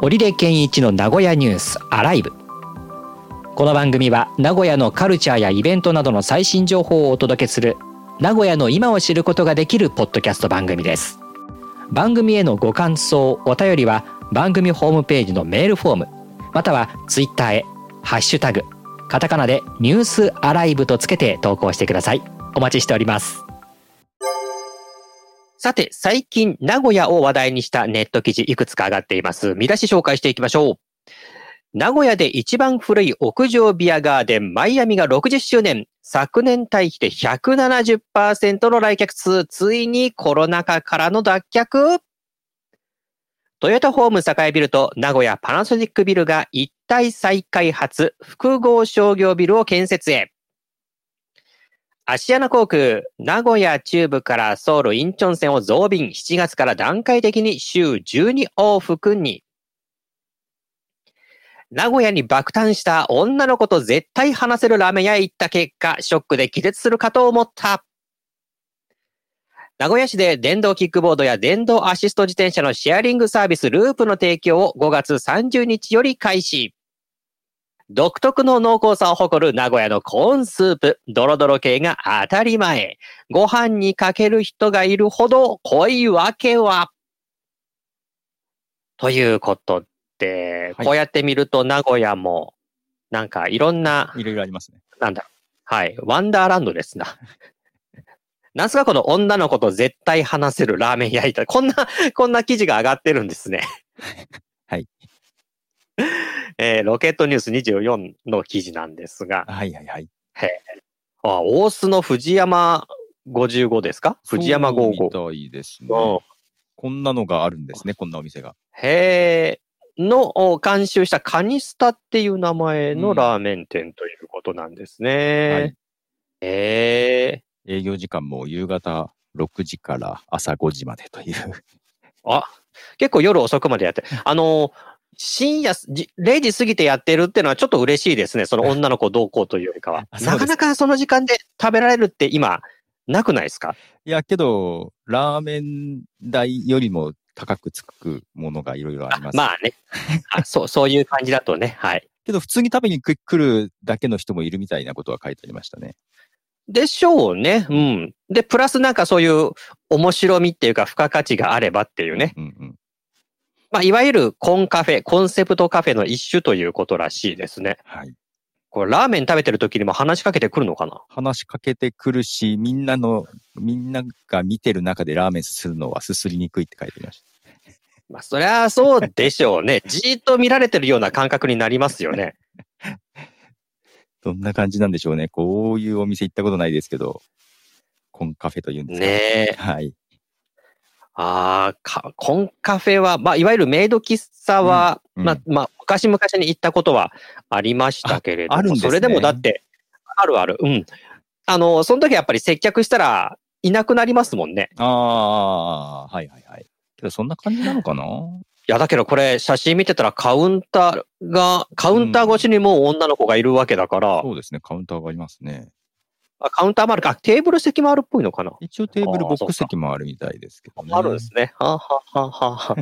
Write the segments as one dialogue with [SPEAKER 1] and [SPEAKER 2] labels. [SPEAKER 1] 織出健一の名古屋ニュースアライブこの番組は名古屋のカルチャーやイベントなどの最新情報をお届けする名古屋の今を知ることができるポッドキャスト番組です番組へのご感想お便りは番組ホームページのメールフォームまたはツイッターへハッシュタグカタカナでニュースアライブとつけて投稿してくださいお待ちしておりますさて、最近、名古屋を話題にしたネット記事、いくつか上がっています。見出し紹介していきましょう。名古屋で一番古い屋上ビアガーデン、マイアミが60周年。昨年対比で170%の来客数。ついにコロナ禍からの脱却トヨタホーム栄ビルと名古屋パナソニックビルが一体再開発、複合商業ビルを建設へ。芦屋の航空、名古屋中部からソウルインチョン線を増便、7月から段階的に週12往復に。名古屋に爆誕した女の子と絶対話せるラーメン屋へ行った結果、ショックで気絶するかと思った。名古屋市で電動キックボードや電動アシスト自転車のシェアリングサービスループの提供を5月30日より開始。独特の濃厚さを誇る名古屋のコーンスープ、ドロドロ系が当たり前。ご飯にかける人がいるほど濃いわけは。ということで、
[SPEAKER 2] はい
[SPEAKER 1] こうやって見ると名古屋も、なんかいろんな、
[SPEAKER 2] いろいろありますね。
[SPEAKER 1] なんだ、はい、ワンダーランドですな。 なんすかこの女の子と絶対話せるラーメン屋いた。こんな、 こんな記事が上がってるんですね。
[SPEAKER 2] はい。
[SPEAKER 1] えーロケットニュース24の記事なんですが、
[SPEAKER 2] はいはいはい。
[SPEAKER 1] あ、大須の藤山55ですか藤山55。
[SPEAKER 2] そうみたいですね。
[SPEAKER 1] うん
[SPEAKER 2] こんなのがあるんですね、こんなお店が。
[SPEAKER 1] へーのお監修したカニスタっていう名前
[SPEAKER 2] う
[SPEAKER 1] の
[SPEAKER 2] ん
[SPEAKER 1] ラーメン店ということなんですね。
[SPEAKER 2] はい
[SPEAKER 1] え
[SPEAKER 2] 営業時間も夕方6時から朝5時までという。。
[SPEAKER 1] ー結構夜遅くまでやって、あのー深夜じ0時過ぎてやってるっていうのはちょっと嬉しいですね。その女の子同行というよりかは
[SPEAKER 2] あそ
[SPEAKER 1] な
[SPEAKER 2] うですか
[SPEAKER 1] かなかその時間で食べられるって今、なくないですか
[SPEAKER 2] いや、けど、ラーメン代よりも高くつくものがいろいろあります。
[SPEAKER 1] まあね。あそう、 そういう感じだとね。はい。
[SPEAKER 2] けど、普通に食べに来来るだけの人もいるみたいなことは書いてありましたね。
[SPEAKER 1] でしょうね。うん。で、プラスなんかそういう面白みっていうか付加価値があればっていうね。
[SPEAKER 2] うんうん。
[SPEAKER 1] まあ、いわゆるコンカフェ、コンセプトカフェの一種ということらしいですね。
[SPEAKER 2] はい。
[SPEAKER 1] これラーメン食べてる時にも話しかけてくるのかな
[SPEAKER 2] 話しかけてくるし、みんなの、みんなが見てる中でラーメンすするのはすすりにくいって書いてありまし
[SPEAKER 1] まあ、そりゃそうでしょうね。 じーっと見られてるような感覚になりますよね。
[SPEAKER 2] た。どんな感じなんでしょうね。こういうお店行ったことないですけど、コンカフェというんですか。
[SPEAKER 1] ねえ。
[SPEAKER 2] はい。
[SPEAKER 1] ああ、かコンカフェは、まあ、いわゆるメイド喫茶は、
[SPEAKER 2] うんうん
[SPEAKER 1] まあ、まあ、昔々に行ったことはありましたけれども、
[SPEAKER 2] ああるんですね
[SPEAKER 1] それでもだって、あるある。うん。あの、その時やっぱり接客したらいなくなりますもんね。
[SPEAKER 2] ああー、はいはいはい。けど、そんな感じなのかない
[SPEAKER 1] や、だけどこれ写真見てたらカウンターが、カウンター越しにもう女の子がいるわけだから、
[SPEAKER 2] そうですね、カウンターがありますね。
[SPEAKER 1] あカウンターもあるか、テーブル席もあるっぽいのかな。
[SPEAKER 2] 一応テーブル、
[SPEAKER 1] あー
[SPEAKER 2] ボックス席もあるみたいですけどね。
[SPEAKER 1] あるんですね。はあはあはあはあ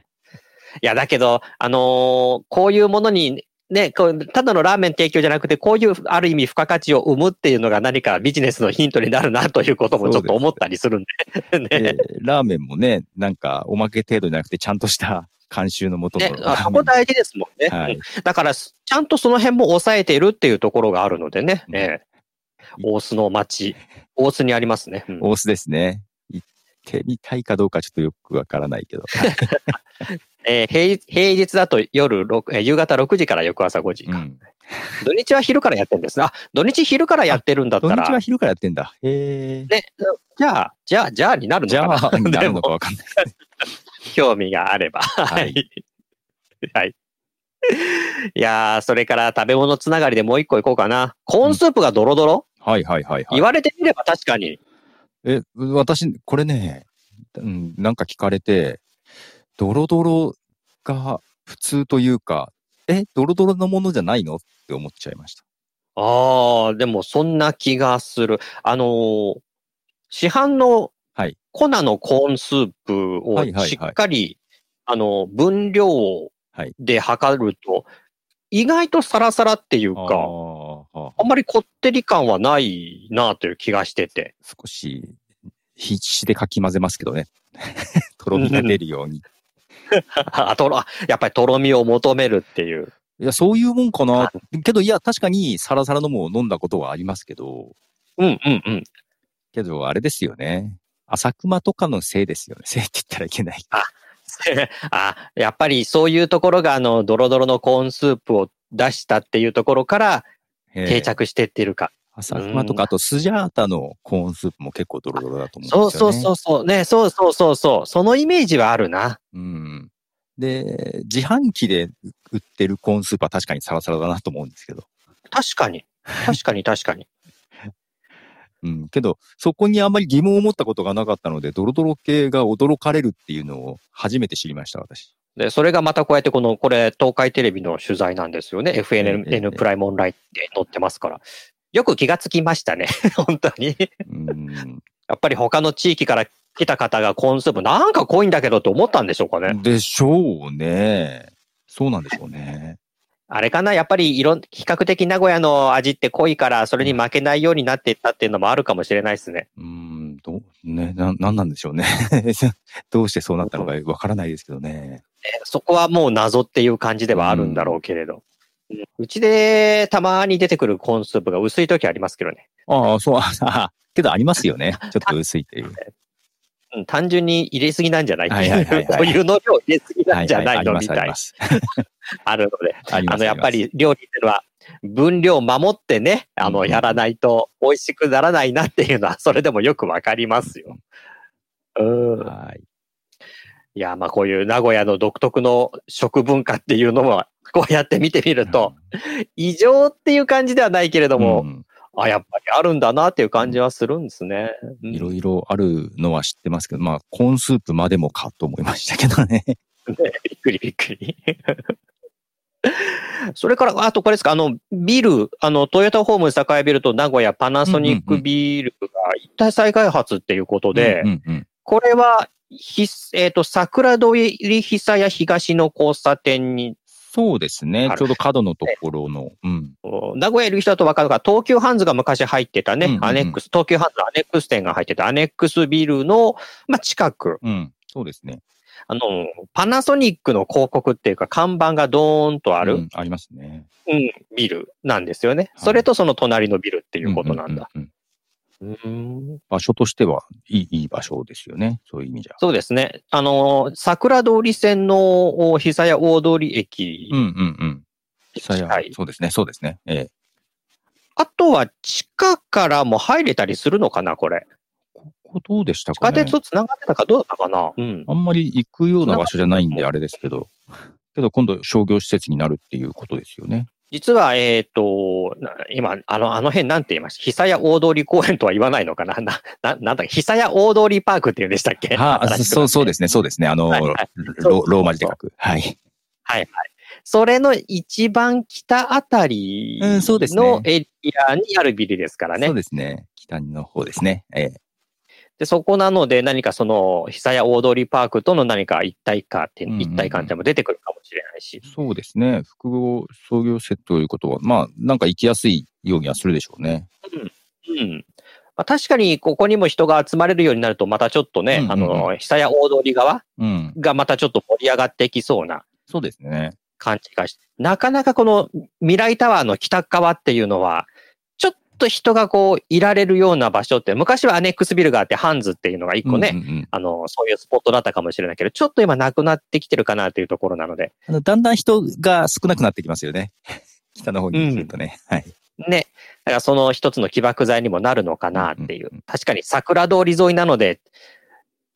[SPEAKER 1] いや、だけど、あのーこういうものに、ね、こうただのラーメン提供じゃなくて、こういうある意味付加価値を生むっていうのが何かビジネスのヒントになるなということもちょっと思ったりするんで。ね
[SPEAKER 2] でラーメンもね、なんかおまけ程度じゃなくて、ちゃんとした 監修のもとの
[SPEAKER 1] ね
[SPEAKER 2] ラーメン。
[SPEAKER 1] あそこ大事ですもんね。
[SPEAKER 2] はい、
[SPEAKER 1] だから、すちゃんとその辺も抑えているっていうところがあるのでね。
[SPEAKER 2] うん
[SPEAKER 1] ええ大須の町。大須にありますね。うん
[SPEAKER 2] 大須ですね。行ってみたいかどうかちょっとよくわからないけど。はい
[SPEAKER 1] えー平日平日だと夜6、えー夕方6時から翌朝5時
[SPEAKER 2] う
[SPEAKER 1] か。
[SPEAKER 2] ん
[SPEAKER 1] 土日は昼からやってるんですね。あ、土日昼からやってる んだった
[SPEAKER 2] 土
[SPEAKER 1] ら。
[SPEAKER 2] 日は昼からやってんだ。へえ。
[SPEAKER 1] ね、じゃあ、じゃあ、じゃあになるの
[SPEAKER 2] じ
[SPEAKER 1] か
[SPEAKER 2] ゃ
[SPEAKER 1] な
[SPEAKER 2] あ、な
[SPEAKER 1] で
[SPEAKER 2] るのか
[SPEAKER 1] も、
[SPEAKER 2] わかんない。
[SPEAKER 1] 興味があれば。は
[SPEAKER 2] はい
[SPEAKER 1] い。はい。いやー、それから食べ物つながりでもう一個いこうかな。コーンスープがドロドロ、
[SPEAKER 2] はいはいはいはい
[SPEAKER 1] 言。われてみれば確かに。
[SPEAKER 2] え、私、これね、うん、なんか聞かれて、ドロドロが普通というか、え、ドロドロのものじゃないのって思っちゃいました。
[SPEAKER 1] ああ、でもそんな気がする。あのー市販の
[SPEAKER 2] はい
[SPEAKER 1] 粉のコーンスープを
[SPEAKER 2] はいはいはい
[SPEAKER 1] しっかりあの、分量
[SPEAKER 2] はい
[SPEAKER 1] で測ると、意外とサラサラっていう
[SPEAKER 2] あ
[SPEAKER 1] か、
[SPEAKER 2] ーあー
[SPEAKER 1] あんまりこってり感はないなという気がしてて。
[SPEAKER 2] 少し必死でかき混ぜますけどね。 とろみが出るように。
[SPEAKER 1] あとろあやっぱりとろみを求めるっていう。
[SPEAKER 2] いや、そういうもんかな。けど、いや、確かにサラサラのも飲んだことはありますけど、
[SPEAKER 1] うんうんうん。
[SPEAKER 2] けど、あれですよね。浅熊とかのせいですよね。せいって言ったらいけない。
[SPEAKER 1] あ、やっぱりそういうところが、あの、ドロドロのコーンスープを出したっていうところから
[SPEAKER 2] えー
[SPEAKER 1] 定着してってるか。
[SPEAKER 2] 浅熊と
[SPEAKER 1] うん
[SPEAKER 2] か、あとスジャータのコーンスープも結構ドロドロだと思
[SPEAKER 1] そううん
[SPEAKER 2] ですよ
[SPEAKER 1] そう
[SPEAKER 2] ね。
[SPEAKER 1] そううそう。ね、そうそうそうそう。そのイメージはあるな。
[SPEAKER 2] そう。ん。で、自販機で売ってるコーンスープは確かにサラサラだなと思うんですけど。
[SPEAKER 1] 確か に。確かに確かに。
[SPEAKER 2] うん。けど、そこにあんまり疑問を持ったことがなかったので、ドロドロ系が驚かれるっていうのを初めて知りました、私。
[SPEAKER 1] で、それがまたこうやってこの、これ、東海テレビの取材なんですよね。
[SPEAKER 2] ええ
[SPEAKER 1] FNN プライムオンラインで載ってますから。よく気がつきましたね。 本当に。
[SPEAKER 2] うん。
[SPEAKER 1] やっぱり他の地域から来た方がコーンスープ、なんか濃いんだけどって思ったんでしょうかね。
[SPEAKER 2] でしょうね。そうなんでしょうね。
[SPEAKER 1] あれかなやっぱりいろん、比較的名古屋の味って濃いから、それに負けないようになっていったっていうのもあるかもしれないですね。
[SPEAKER 2] うん、どう、ね、な、なんなんでしょうね。 どうしてそうなったのかわからないですけどね。
[SPEAKER 1] そこはもう謎っていう感じではあるんだろうけれど。うんうちでたまに出てくるコーンスープが薄い時ありますけどね。
[SPEAKER 2] ああ、そう、ああけどあります よね。ちょっと薄いっていう。
[SPEAKER 1] うん単純に入れすぎなんじゃないって、
[SPEAKER 2] はいはいはいいうはい
[SPEAKER 1] お湯の量入れすぎなんじゃないの
[SPEAKER 2] は
[SPEAKER 1] み
[SPEAKER 2] は
[SPEAKER 1] た
[SPEAKER 2] あり
[SPEAKER 1] い
[SPEAKER 2] ま、す。
[SPEAKER 1] あるので、
[SPEAKER 2] あります。
[SPEAKER 1] あ の、やっぱ
[SPEAKER 2] あ
[SPEAKER 1] り料理っていうのは、分量守ってね、あ
[SPEAKER 2] うん
[SPEAKER 1] の、
[SPEAKER 2] うん
[SPEAKER 1] やらないと美味しくならないなっていうのは、それでもよくわかりますよ。うん
[SPEAKER 2] ります。。はい。
[SPEAKER 1] いや、まあ、こういう名古屋の独特の食文化っていうのも、こうやって見てみると、異常っていう感じではないけれど
[SPEAKER 2] うん、
[SPEAKER 1] も、
[SPEAKER 2] うん
[SPEAKER 1] あ、やっぱりあるんだなっていう感じはするんですね。うん
[SPEAKER 2] いろいろあるのは知ってますけど、まあ、コーンスープまでもかと思いましたけどね。
[SPEAKER 1] びっくりびっくり。 それから、あとこれですか、あの、ビル、あの、トヨタホーム栄ビルと名古屋パナソニッ
[SPEAKER 2] うんうんう
[SPEAKER 1] ク
[SPEAKER 2] ん
[SPEAKER 1] ビルが一体再開発っていうことで、
[SPEAKER 2] うんうん
[SPEAKER 1] これは、ひえっ、と、桜通り久屋東の交差点に、
[SPEAKER 2] そうですね
[SPEAKER 1] あ。る
[SPEAKER 2] ちょうど角のところの。うん。
[SPEAKER 1] お名古屋いる人だと分かるから、東急ハンズが昔入ってたね、
[SPEAKER 2] うんうんうん
[SPEAKER 1] アネックス、東急ハンズのアネックス店が入ってたアネックスビルの、まあ、近く、
[SPEAKER 2] うん。そうですね。
[SPEAKER 1] あの、パナソニックの広告っていうか、看板がドーンとあ
[SPEAKER 2] あ
[SPEAKER 1] る、
[SPEAKER 2] ありますね。
[SPEAKER 1] うん、ビルなんですよね。
[SPEAKER 2] はい
[SPEAKER 1] それとその隣のビルっていうことなんだ。
[SPEAKER 2] ううううん。
[SPEAKER 1] うん
[SPEAKER 2] 場所としてはいい、いい場所ですよね。そういう意味じゃ。
[SPEAKER 1] そうですね。あのー、桜通り線のお久屋大通り駅
[SPEAKER 2] うんうんうん。
[SPEAKER 1] に
[SPEAKER 2] 久
[SPEAKER 1] 近い、
[SPEAKER 2] 屋そうですね。そうですね。ええ。
[SPEAKER 1] あとは地下からも入れたりするのかな、これ。
[SPEAKER 2] ここどうでした
[SPEAKER 1] 地
[SPEAKER 2] か
[SPEAKER 1] 下
[SPEAKER 2] ね
[SPEAKER 1] 鉄と繋がってたかどうだったかな。うん。
[SPEAKER 2] あんまり行くような場所じゃないんで、あれですけど。けど今度商業施設になるっていうことですよね。
[SPEAKER 1] 実は、えっ、と、な今、あの、あの辺なんて言いました久屋大通り公園とは言わないのかなな、な、なんだっけ久屋大通りパークっていうんでしたっけ
[SPEAKER 2] はあ、そう、そうですね、そうですね。あの、
[SPEAKER 1] はいはい
[SPEAKER 2] ロローマ字で書く。はい。
[SPEAKER 1] それの一番北あたり
[SPEAKER 2] うんそうですね
[SPEAKER 1] のエリアにあるビルですからね。
[SPEAKER 2] そうですね。北の方ですね。ええ。
[SPEAKER 1] でそこなので何かその久屋大通パークとの何か一体化って、
[SPEAKER 2] うんうんうん
[SPEAKER 1] 一体感っても出てくるかもしれないし。
[SPEAKER 2] そうですね。複合創業施設ということは、まあ、なんか行きやすいようにはするでしょうね。
[SPEAKER 1] うん。まあ、確かにここにも人が集まれるようになるとまたちょっとね、
[SPEAKER 2] うんうんうん
[SPEAKER 1] あの、久屋大通側
[SPEAKER 2] うん。
[SPEAKER 1] がまたちょっと盛り上がっていきそうな
[SPEAKER 2] そうですね。
[SPEAKER 1] 感じがして、なかなかこの未来タワーの北側っていうのは、ちょっと人がこういられるような場所って、昔はアネックスビルがあってハンズっていうのが一個ね、
[SPEAKER 2] うんうんうん
[SPEAKER 1] あの、そういうスポットだったかもしれないけど、ちょっと今なくなってきてるかなというところなので、
[SPEAKER 2] あのだんだん人が少なくなってきますよね。 北の方に来るとね。はい。
[SPEAKER 1] ね。だからその一つの起爆剤にもなるのかなっていう
[SPEAKER 2] うんうんうん。
[SPEAKER 1] 確かに桜通り沿いなので、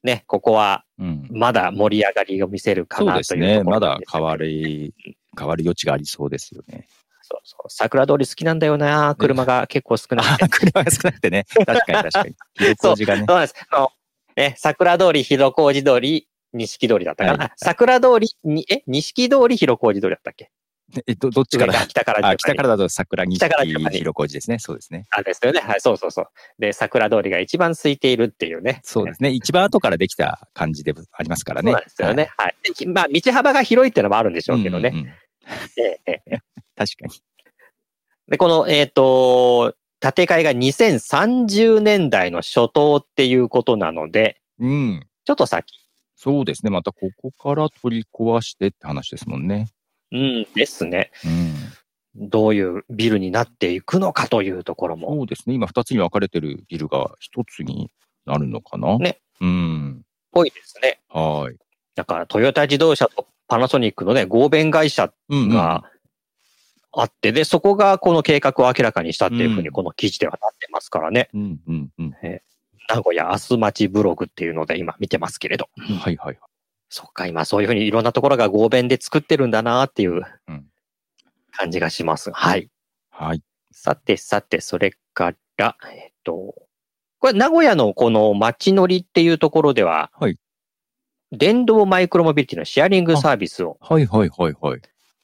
[SPEAKER 1] ね、ここは
[SPEAKER 2] うん。
[SPEAKER 1] まだ盛り上がりを見せるか
[SPEAKER 2] そう
[SPEAKER 1] な
[SPEAKER 2] です
[SPEAKER 1] という
[SPEAKER 2] ね。
[SPEAKER 1] ところ
[SPEAKER 2] ま
[SPEAKER 1] な
[SPEAKER 2] だ
[SPEAKER 1] んですよ
[SPEAKER 2] 変わり、変わる余地がありそうですよね。
[SPEAKER 1] そうそう。桜通り好きなんだよな車が結構少なくて。
[SPEAKER 2] あ、 車が少なくてね。確かに確か に。広小路がね。
[SPEAKER 1] そうなんです。あの、ね、桜通り、広小路通り、錦通りだったかな。
[SPEAKER 2] はい
[SPEAKER 1] あ桜通りに、え、錦通り、広小路通りだったっけ
[SPEAKER 2] え、ど、どっちから
[SPEAKER 1] 上が北から順番
[SPEAKER 2] あ、
[SPEAKER 1] に
[SPEAKER 2] 北からだと桜木
[SPEAKER 1] 北から順番に
[SPEAKER 2] 広小路ですね。そうですね。
[SPEAKER 1] あですよね。はい、そうそうそう。で、桜通りが一番空いているっていうね。
[SPEAKER 2] そうですね。一番後からできた感じでありますか
[SPEAKER 1] そ
[SPEAKER 2] ら
[SPEAKER 1] う
[SPEAKER 2] ね。
[SPEAKER 1] なんですよね。はい。でまあ、道幅が広いっていうのもあるんでしょ
[SPEAKER 2] はい。
[SPEAKER 1] うけどね。
[SPEAKER 2] うんうんうん
[SPEAKER 1] ええええ
[SPEAKER 2] 確かに。
[SPEAKER 1] で、この、えっ、と、建て替えが2030年代の初頭っていうことなので、
[SPEAKER 2] うん。
[SPEAKER 1] ちょっと先。
[SPEAKER 2] そうですね。またここから取り壊してって話ですもんね。
[SPEAKER 1] うんですね。
[SPEAKER 2] うん。
[SPEAKER 1] どういうビルになっていくのかというところも。
[SPEAKER 2] そうですね。今二つに分かれてるビルが一つになるのかな。
[SPEAKER 1] ね。
[SPEAKER 2] うん。
[SPEAKER 1] ぽいですね。
[SPEAKER 2] はい。
[SPEAKER 1] だから、トヨタ自動車とパナソニックのね、合弁会社
[SPEAKER 2] うん、うん。
[SPEAKER 1] があって、で、そこがこの計画を明らかにしたっていうふう
[SPEAKER 2] う
[SPEAKER 1] に、
[SPEAKER 2] ん
[SPEAKER 1] この記事ではなってますからね。
[SPEAKER 2] うんうんうん。
[SPEAKER 1] 名古屋明日町ブログっていうので今見てますけれど。
[SPEAKER 2] はいはい。
[SPEAKER 1] そっか、今そういうふうにいろんなところが合弁で作ってるんだなっていう
[SPEAKER 2] うん
[SPEAKER 1] 感じがします。はい。
[SPEAKER 2] はい。
[SPEAKER 1] さてさて、それから、えっと、これ名古屋のこの街乗りっていうところでは、
[SPEAKER 2] はい
[SPEAKER 1] 電動マイクロモビリティのシェアリングサービスを
[SPEAKER 2] はいはいはいはい。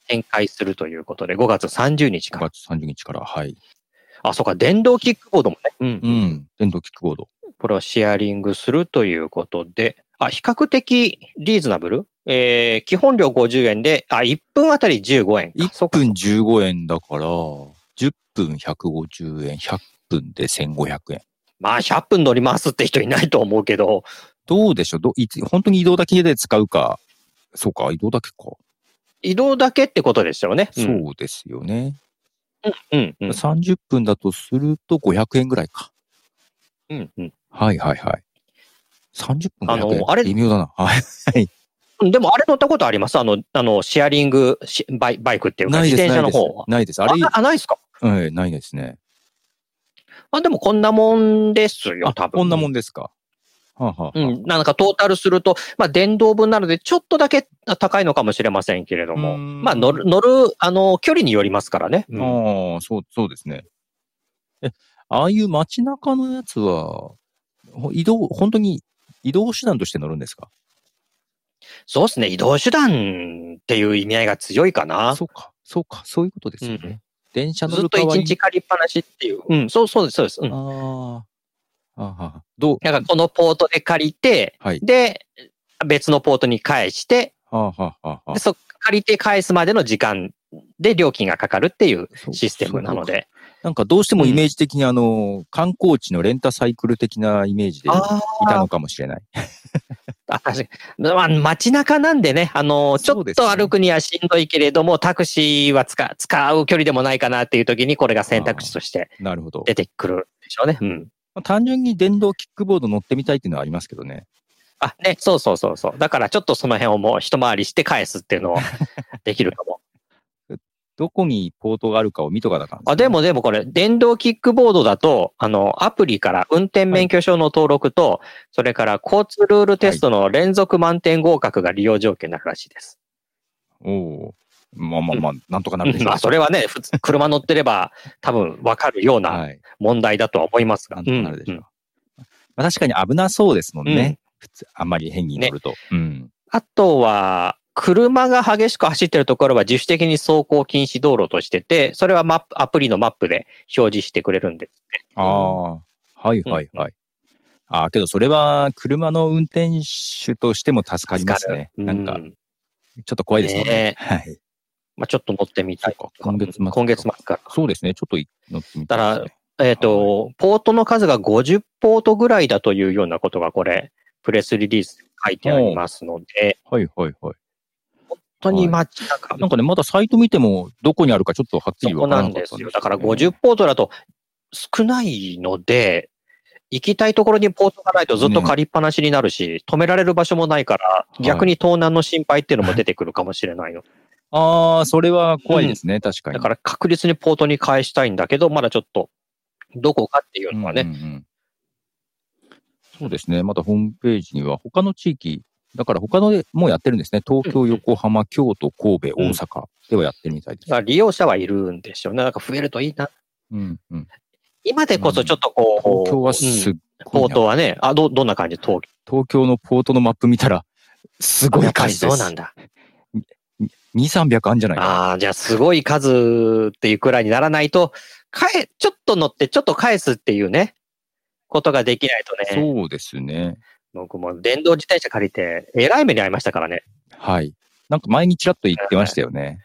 [SPEAKER 1] 展開するということで、5月30日
[SPEAKER 2] 5
[SPEAKER 1] から。
[SPEAKER 2] 月30日から。はい。
[SPEAKER 1] あ、そうか、電動キックボードもね。うん
[SPEAKER 2] うん。電動キックボード。
[SPEAKER 1] これをシェアリングするということで、あ、比較的リーズナブルえー基本料50円で、あ、1分あたり15円か。そ
[SPEAKER 2] 1
[SPEAKER 1] うか
[SPEAKER 2] 分15円だから、10分150円、100分で1500円。
[SPEAKER 1] まあ、100分乗りますって人いないと思うけど、
[SPEAKER 2] どうでしょうどいつ本当に移動だけで使うか、そうか、移動だけか。
[SPEAKER 1] 移動だけってことですよね。
[SPEAKER 2] そ。うですよね。
[SPEAKER 1] うん、うん、
[SPEAKER 2] 30分だとすると500円ぐらいか。
[SPEAKER 1] うん、うん
[SPEAKER 2] はいはいはい。30分
[SPEAKER 1] あの
[SPEAKER 2] 500円。
[SPEAKER 1] あれ
[SPEAKER 2] 微妙だな。はい。
[SPEAKER 1] うん。でも、あれ乗ったことありますあの、あの、シェアリングしバイバイクっていうか、
[SPEAKER 2] ない
[SPEAKER 1] 自
[SPEAKER 2] です、
[SPEAKER 1] 転車の
[SPEAKER 2] ないで
[SPEAKER 1] 方
[SPEAKER 2] す
[SPEAKER 1] は。。
[SPEAKER 2] ないです。あ
[SPEAKER 1] あ
[SPEAKER 2] れ、
[SPEAKER 1] あ、ないですか
[SPEAKER 2] はい、ないですね。
[SPEAKER 1] あ、でもこんなもんですよ、
[SPEAKER 2] あ
[SPEAKER 1] 多分。
[SPEAKER 2] こんなも
[SPEAKER 1] ん。
[SPEAKER 2] んですか。はあはあはあ
[SPEAKER 1] うん、なんかトータルすると、まあ電動分なのでちょっとだけ高いのかもしれませんけれど
[SPEAKER 2] う
[SPEAKER 1] も、
[SPEAKER 2] ん
[SPEAKER 1] まあ乗る、乗る、あの、距離によりますからね。うん
[SPEAKER 2] ああ、そう、そうですね。え、ああいう街中のやつは、ほ移動、本当に移動手段として乗るんですか
[SPEAKER 1] そうですね、移動手段っていう意味合いが強いかな。
[SPEAKER 2] そうか、そうか、そういうことですよね。
[SPEAKER 1] うん
[SPEAKER 2] 電車乗
[SPEAKER 1] ずっ
[SPEAKER 2] る
[SPEAKER 1] と
[SPEAKER 2] 代
[SPEAKER 1] 一
[SPEAKER 2] わり
[SPEAKER 1] 日借りっぱなしっていう。うん、そうそうです、そうです。うん。
[SPEAKER 2] ああ、ああ、どう、
[SPEAKER 1] だからこのポートで借りて、
[SPEAKER 2] はい
[SPEAKER 1] で、別のポートに返して、
[SPEAKER 2] はあはあはあは
[SPEAKER 1] でそ借りて返すまでの時間で料金がかかるっていう
[SPEAKER 2] あそう
[SPEAKER 1] システムなので。
[SPEAKER 2] そうなんかどうしてもイメージ的にあの、観光地のレンタサイクル的なイメージでい
[SPEAKER 1] あ
[SPEAKER 2] たのかもしれない。
[SPEAKER 1] あ、確かに。まあ、街中なんでね、あの、ちょ
[SPEAKER 2] そ
[SPEAKER 1] っ
[SPEAKER 2] うです
[SPEAKER 1] と
[SPEAKER 2] ね
[SPEAKER 1] 歩くにはしんどいけれども、タクシーは使使う距離でもないかなっていう時に、これが選択肢として
[SPEAKER 2] なるほど。
[SPEAKER 1] 出てくるでしょうね。うん。
[SPEAKER 2] まあ単純に電動キックボード乗ってみたいっていうのはありますけどね。
[SPEAKER 1] あ、ね、そうそうそうそう。だからちょっとその辺をもう一回りして返すっていうのを できるかも。
[SPEAKER 2] どこにポートがあるかを見とかだから、
[SPEAKER 1] あ、で、もでもこれ、電動キックボードだと、あの、アプリから運転免許証の登録と、それから交通ルールテストの連続満点合格が利用条件になるらしいです。
[SPEAKER 2] おお。まあまあまあ、なんとかなるでし
[SPEAKER 1] うん
[SPEAKER 2] ょう。
[SPEAKER 1] まあ、それはね、普通、車乗ってれば多分わかるような
[SPEAKER 2] はい。
[SPEAKER 1] 問題だとは思いますが。
[SPEAKER 2] なんとかなるでしょ
[SPEAKER 1] う
[SPEAKER 2] う。
[SPEAKER 1] んうん
[SPEAKER 2] まあ、確かに危なそうですもんね。
[SPEAKER 1] うん
[SPEAKER 2] 普通、あんまり変に乗ると。うん。
[SPEAKER 1] あとは、車が激しく走ってるところは自主的に走行禁止道路としてて、それはマップ、アプリのマップで表示してくれるんで
[SPEAKER 2] ああ、はいはいはい。ああ、けどそれは車の運転手としても助かりますね。
[SPEAKER 1] う
[SPEAKER 2] なんか、ちょっと怖いですね。
[SPEAKER 1] ね
[SPEAKER 2] はい。
[SPEAKER 1] まあ、ちょっと乗ってみたいとか。
[SPEAKER 2] そうか今月末
[SPEAKER 1] 今月末か
[SPEAKER 2] そうですね。ちょっと乗ってみたい
[SPEAKER 1] ら。
[SPEAKER 2] で
[SPEAKER 1] だ
[SPEAKER 2] すね
[SPEAKER 1] か。ら、えっ、と、ポートの数が50ポートぐらいだというようなことが、これ、プレスリリースで書いてありますので、
[SPEAKER 2] はいはいはい。
[SPEAKER 1] 本当に街中、
[SPEAKER 2] なんかね、まだサイト見てもどこにあるかちょっとはっき
[SPEAKER 1] そ
[SPEAKER 2] り
[SPEAKER 1] こ
[SPEAKER 2] わ
[SPEAKER 1] な
[SPEAKER 2] からなんかっ
[SPEAKER 1] で
[SPEAKER 2] た
[SPEAKER 1] す
[SPEAKER 2] ん
[SPEAKER 1] よ。
[SPEAKER 2] よ
[SPEAKER 1] だから50ポートだと少ないので、行きたいところにポートがないとずっと借りっぱなしになるし、止められる場所もないから、
[SPEAKER 2] い
[SPEAKER 1] 逆に盗難の心配っていうのも出てくるかもしれないの。
[SPEAKER 2] ああ、それは怖いですね。確かに。
[SPEAKER 1] だから確実にポートに返したいんだけど、まだちょっと、どこかっていうのはね、
[SPEAKER 2] うんうんうんそうですね。またホームページには他の地域、だから他のでもやってるんですね。東京、横浜、京都、神戸、
[SPEAKER 1] うん
[SPEAKER 2] 大阪ではやってるみたいです
[SPEAKER 1] だか。ら利用者はいるんですよね。なんか増えるといいな。
[SPEAKER 2] うんうん、
[SPEAKER 1] 今でこそちょっとこう、
[SPEAKER 2] 東京は
[SPEAKER 1] うん
[SPEAKER 2] すっ
[SPEAKER 1] ポ
[SPEAKER 2] ごい
[SPEAKER 1] ー
[SPEAKER 2] な、
[SPEAKER 1] トはね、あ、ど、どんな感じ東京。
[SPEAKER 2] 東京のポートのマップ見たら、すご
[SPEAKER 1] や
[SPEAKER 2] い
[SPEAKER 1] っぱり
[SPEAKER 2] 数
[SPEAKER 1] そ
[SPEAKER 2] で
[SPEAKER 1] うなん
[SPEAKER 2] す。
[SPEAKER 1] だ。
[SPEAKER 2] 2、300あんじゃないか。
[SPEAKER 1] ああ、じゃあすごい数っていうくらいにならないと、かえ、ちょっと乗ってちょっと返すっていうね、ことができないとね、
[SPEAKER 2] そうですね。
[SPEAKER 1] 僕も電動自転車借りて、えらい目に遭いましたからね、
[SPEAKER 2] はい。なんか前にちらっと言ってましたよね。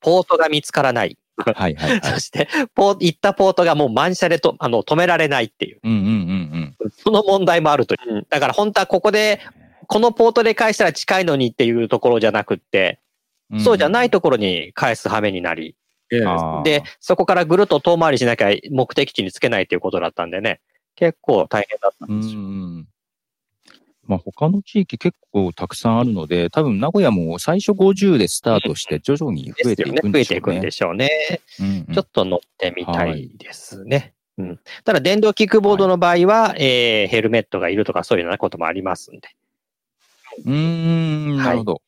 [SPEAKER 1] ポートが見つからない。
[SPEAKER 2] はいはいはい。
[SPEAKER 1] そして、ポー行ったポートがもう満車でとあの止められないっていう、
[SPEAKER 2] うんうんうん
[SPEAKER 1] その問題もあるという。だから本当はここで、このポートで返したら近いのにっていうところじゃなくって、
[SPEAKER 2] うん。。
[SPEAKER 1] そうじゃないいところに返す羽目になり、
[SPEAKER 2] あー
[SPEAKER 1] で、そこからぐるっと遠回りしなきゃ目的地につけないということだったんでね、結構大変だった
[SPEAKER 2] うんん
[SPEAKER 1] で
[SPEAKER 2] う
[SPEAKER 1] すよ。
[SPEAKER 2] ん。まあ他の地域結構たくさんあるので、多分名古屋も最初50でスタートして徐々に増え
[SPEAKER 1] です
[SPEAKER 2] てい
[SPEAKER 1] よね
[SPEAKER 2] く
[SPEAKER 1] 増
[SPEAKER 2] んで
[SPEAKER 1] え
[SPEAKER 2] してょ
[SPEAKER 1] いうくん
[SPEAKER 2] ね
[SPEAKER 1] で。しょうね。
[SPEAKER 2] うんうん
[SPEAKER 1] ちょっと乗ってみたいですね。うん、ただ、電動キックボードの場合は、えーヘルメットがいるとか、そういうようなこともありますんで。
[SPEAKER 2] うーん、なるほど。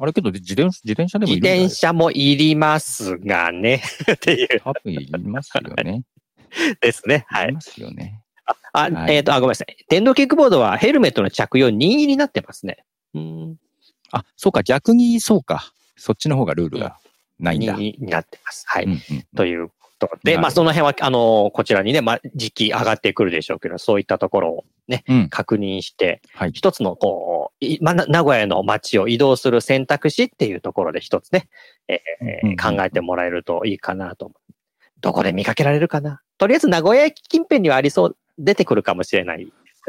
[SPEAKER 2] あれけど、自転自転車でも
[SPEAKER 1] 自
[SPEAKER 2] いるんじゃない
[SPEAKER 1] 転車もいりますがね、 っていう
[SPEAKER 2] 多分いますよね。
[SPEAKER 1] ですね。はいい。
[SPEAKER 2] ますよね。
[SPEAKER 1] あ、
[SPEAKER 2] はい
[SPEAKER 1] えっ、と、あ、ごめんなさい。電動キックボードはヘルメットの着用任意になってますね。うん。
[SPEAKER 2] あ、そうか、逆にそうか。そっちの方がルールがないんだ。
[SPEAKER 1] 任意になってます。はい。
[SPEAKER 2] うんうん
[SPEAKER 1] ということで、
[SPEAKER 2] はい
[SPEAKER 1] まあ、その辺は、あの、こちらにね、まあ、時期上がってくるでしょうけど、そういったところを
[SPEAKER 2] うん。
[SPEAKER 1] 確認して、
[SPEAKER 2] はい。
[SPEAKER 1] 一つの、こう、いまあ、な名古屋の街を移動する選択肢っていうところで一つね、えー
[SPEAKER 2] うんうんうん
[SPEAKER 1] 考えてもらえるといいかなと思う。どこで見かけられるかなとりあえず名古屋駅近辺にはありそう、出てくるかもしれない。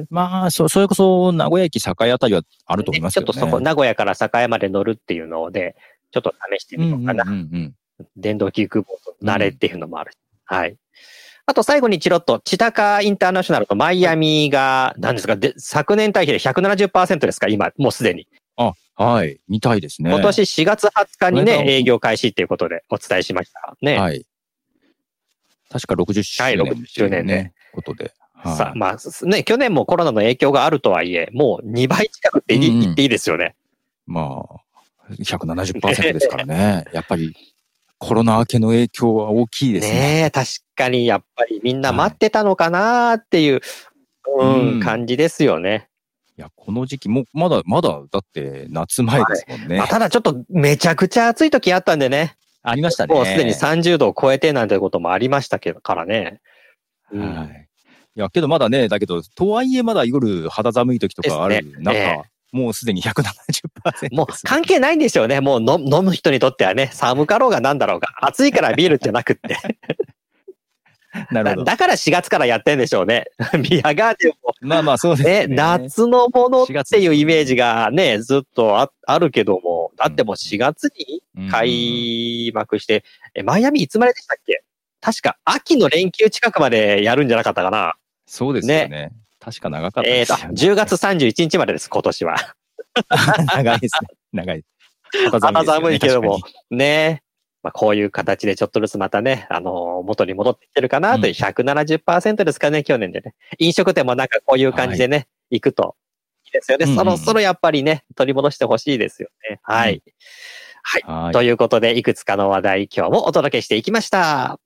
[SPEAKER 2] まあ、そ、それこそ、名古屋駅、堺あたりはあると思います
[SPEAKER 1] ちょ
[SPEAKER 2] け
[SPEAKER 1] っ
[SPEAKER 2] ど
[SPEAKER 1] と
[SPEAKER 2] ね。
[SPEAKER 1] そこ、名古屋から栄まで乗るっていうので、ちょっと試して
[SPEAKER 2] うん
[SPEAKER 1] み
[SPEAKER 2] う
[SPEAKER 1] ようんかな。
[SPEAKER 2] うんうん。
[SPEAKER 1] 電動キックボードの慣れっていうのもあるし。はい。あと最後にチロッと、チタカインターナショナルとマイアミが、何ですか、で昨年対比で170%ですか、今、もうすでに。
[SPEAKER 2] あ、はい。見たいですね。
[SPEAKER 1] 今年4月20日に
[SPEAKER 2] こ
[SPEAKER 1] ね、
[SPEAKER 2] れが
[SPEAKER 1] 営業開始っていうことでお伝えしました。ね。
[SPEAKER 2] はい。確か60周
[SPEAKER 1] はい
[SPEAKER 2] 年、
[SPEAKER 1] 60周年ね。
[SPEAKER 2] ことで。はい
[SPEAKER 1] さあ、まあ、ね、去年もコロナの影響があるとはいえ、もう2倍近くっていい
[SPEAKER 2] うんうん
[SPEAKER 1] 言っていいですよね。
[SPEAKER 2] まあ、170%ですから ね。やっぱり、コロナ明けの影響は大きいですね。
[SPEAKER 1] ねえ、確かにやっぱりみんな待ってたのかなっていう、うん
[SPEAKER 2] うん
[SPEAKER 1] 感じですよね。
[SPEAKER 2] いや、この時期、もう、まだ、まだ、だって、夏前ですもんね。
[SPEAKER 1] まあ、ただちょっとめちゃくちゃ暑い時あったんでね。
[SPEAKER 2] ありましたね。
[SPEAKER 1] もうすでに30度を超えてなんてこともありましたけど、からね。うん
[SPEAKER 2] はい。いや、けどまだね、だけど、とはいえまだ夜肌寒い時とかあ
[SPEAKER 1] で
[SPEAKER 2] る
[SPEAKER 1] すね
[SPEAKER 2] 中、
[SPEAKER 1] え
[SPEAKER 2] もうすでに170%
[SPEAKER 1] もう
[SPEAKER 2] です
[SPEAKER 1] 関係ないんでしょうね。もう飲飲む人にとってはね、寒かろうがなんだろうが、暑いからビールじゃなくって。
[SPEAKER 2] なる
[SPEAKER 1] だ
[SPEAKER 2] ほど。
[SPEAKER 1] だから4月からやってんでしょう ね。ビアガーデンも
[SPEAKER 2] まあまあそうです
[SPEAKER 1] ね、
[SPEAKER 2] ね。
[SPEAKER 1] 夏のものっ
[SPEAKER 2] 4月
[SPEAKER 1] ていうイメージがね、ずっとああるけども、だってもう4月に
[SPEAKER 2] うん
[SPEAKER 1] 開幕して、えマイアミいつまででしたっけ確か秋の連休近くまでやるんじゃなかったかな。
[SPEAKER 2] そうですよね。確か長かった
[SPEAKER 1] え
[SPEAKER 2] で
[SPEAKER 1] っ
[SPEAKER 2] す
[SPEAKER 1] と、
[SPEAKER 2] よね、
[SPEAKER 1] 10月31日までです、今年は。
[SPEAKER 2] 長いですね。長い。肌
[SPEAKER 1] 肌寒いけども
[SPEAKER 2] 確か
[SPEAKER 1] ねえ。まあ、こういう形でちょっとずつまたね、あのー元に戻ってきてるかなという
[SPEAKER 2] うん
[SPEAKER 1] 170%ですかね、去年でね。飲食店もなんかこういう感じでね、行くといいですよね。
[SPEAKER 2] うんうん
[SPEAKER 1] そろそろやっぱりね、取り戻してほしいですよね。はい。
[SPEAKER 2] うんに。はい。
[SPEAKER 1] ということで、いくつかの話題、今日もお届けしていきました。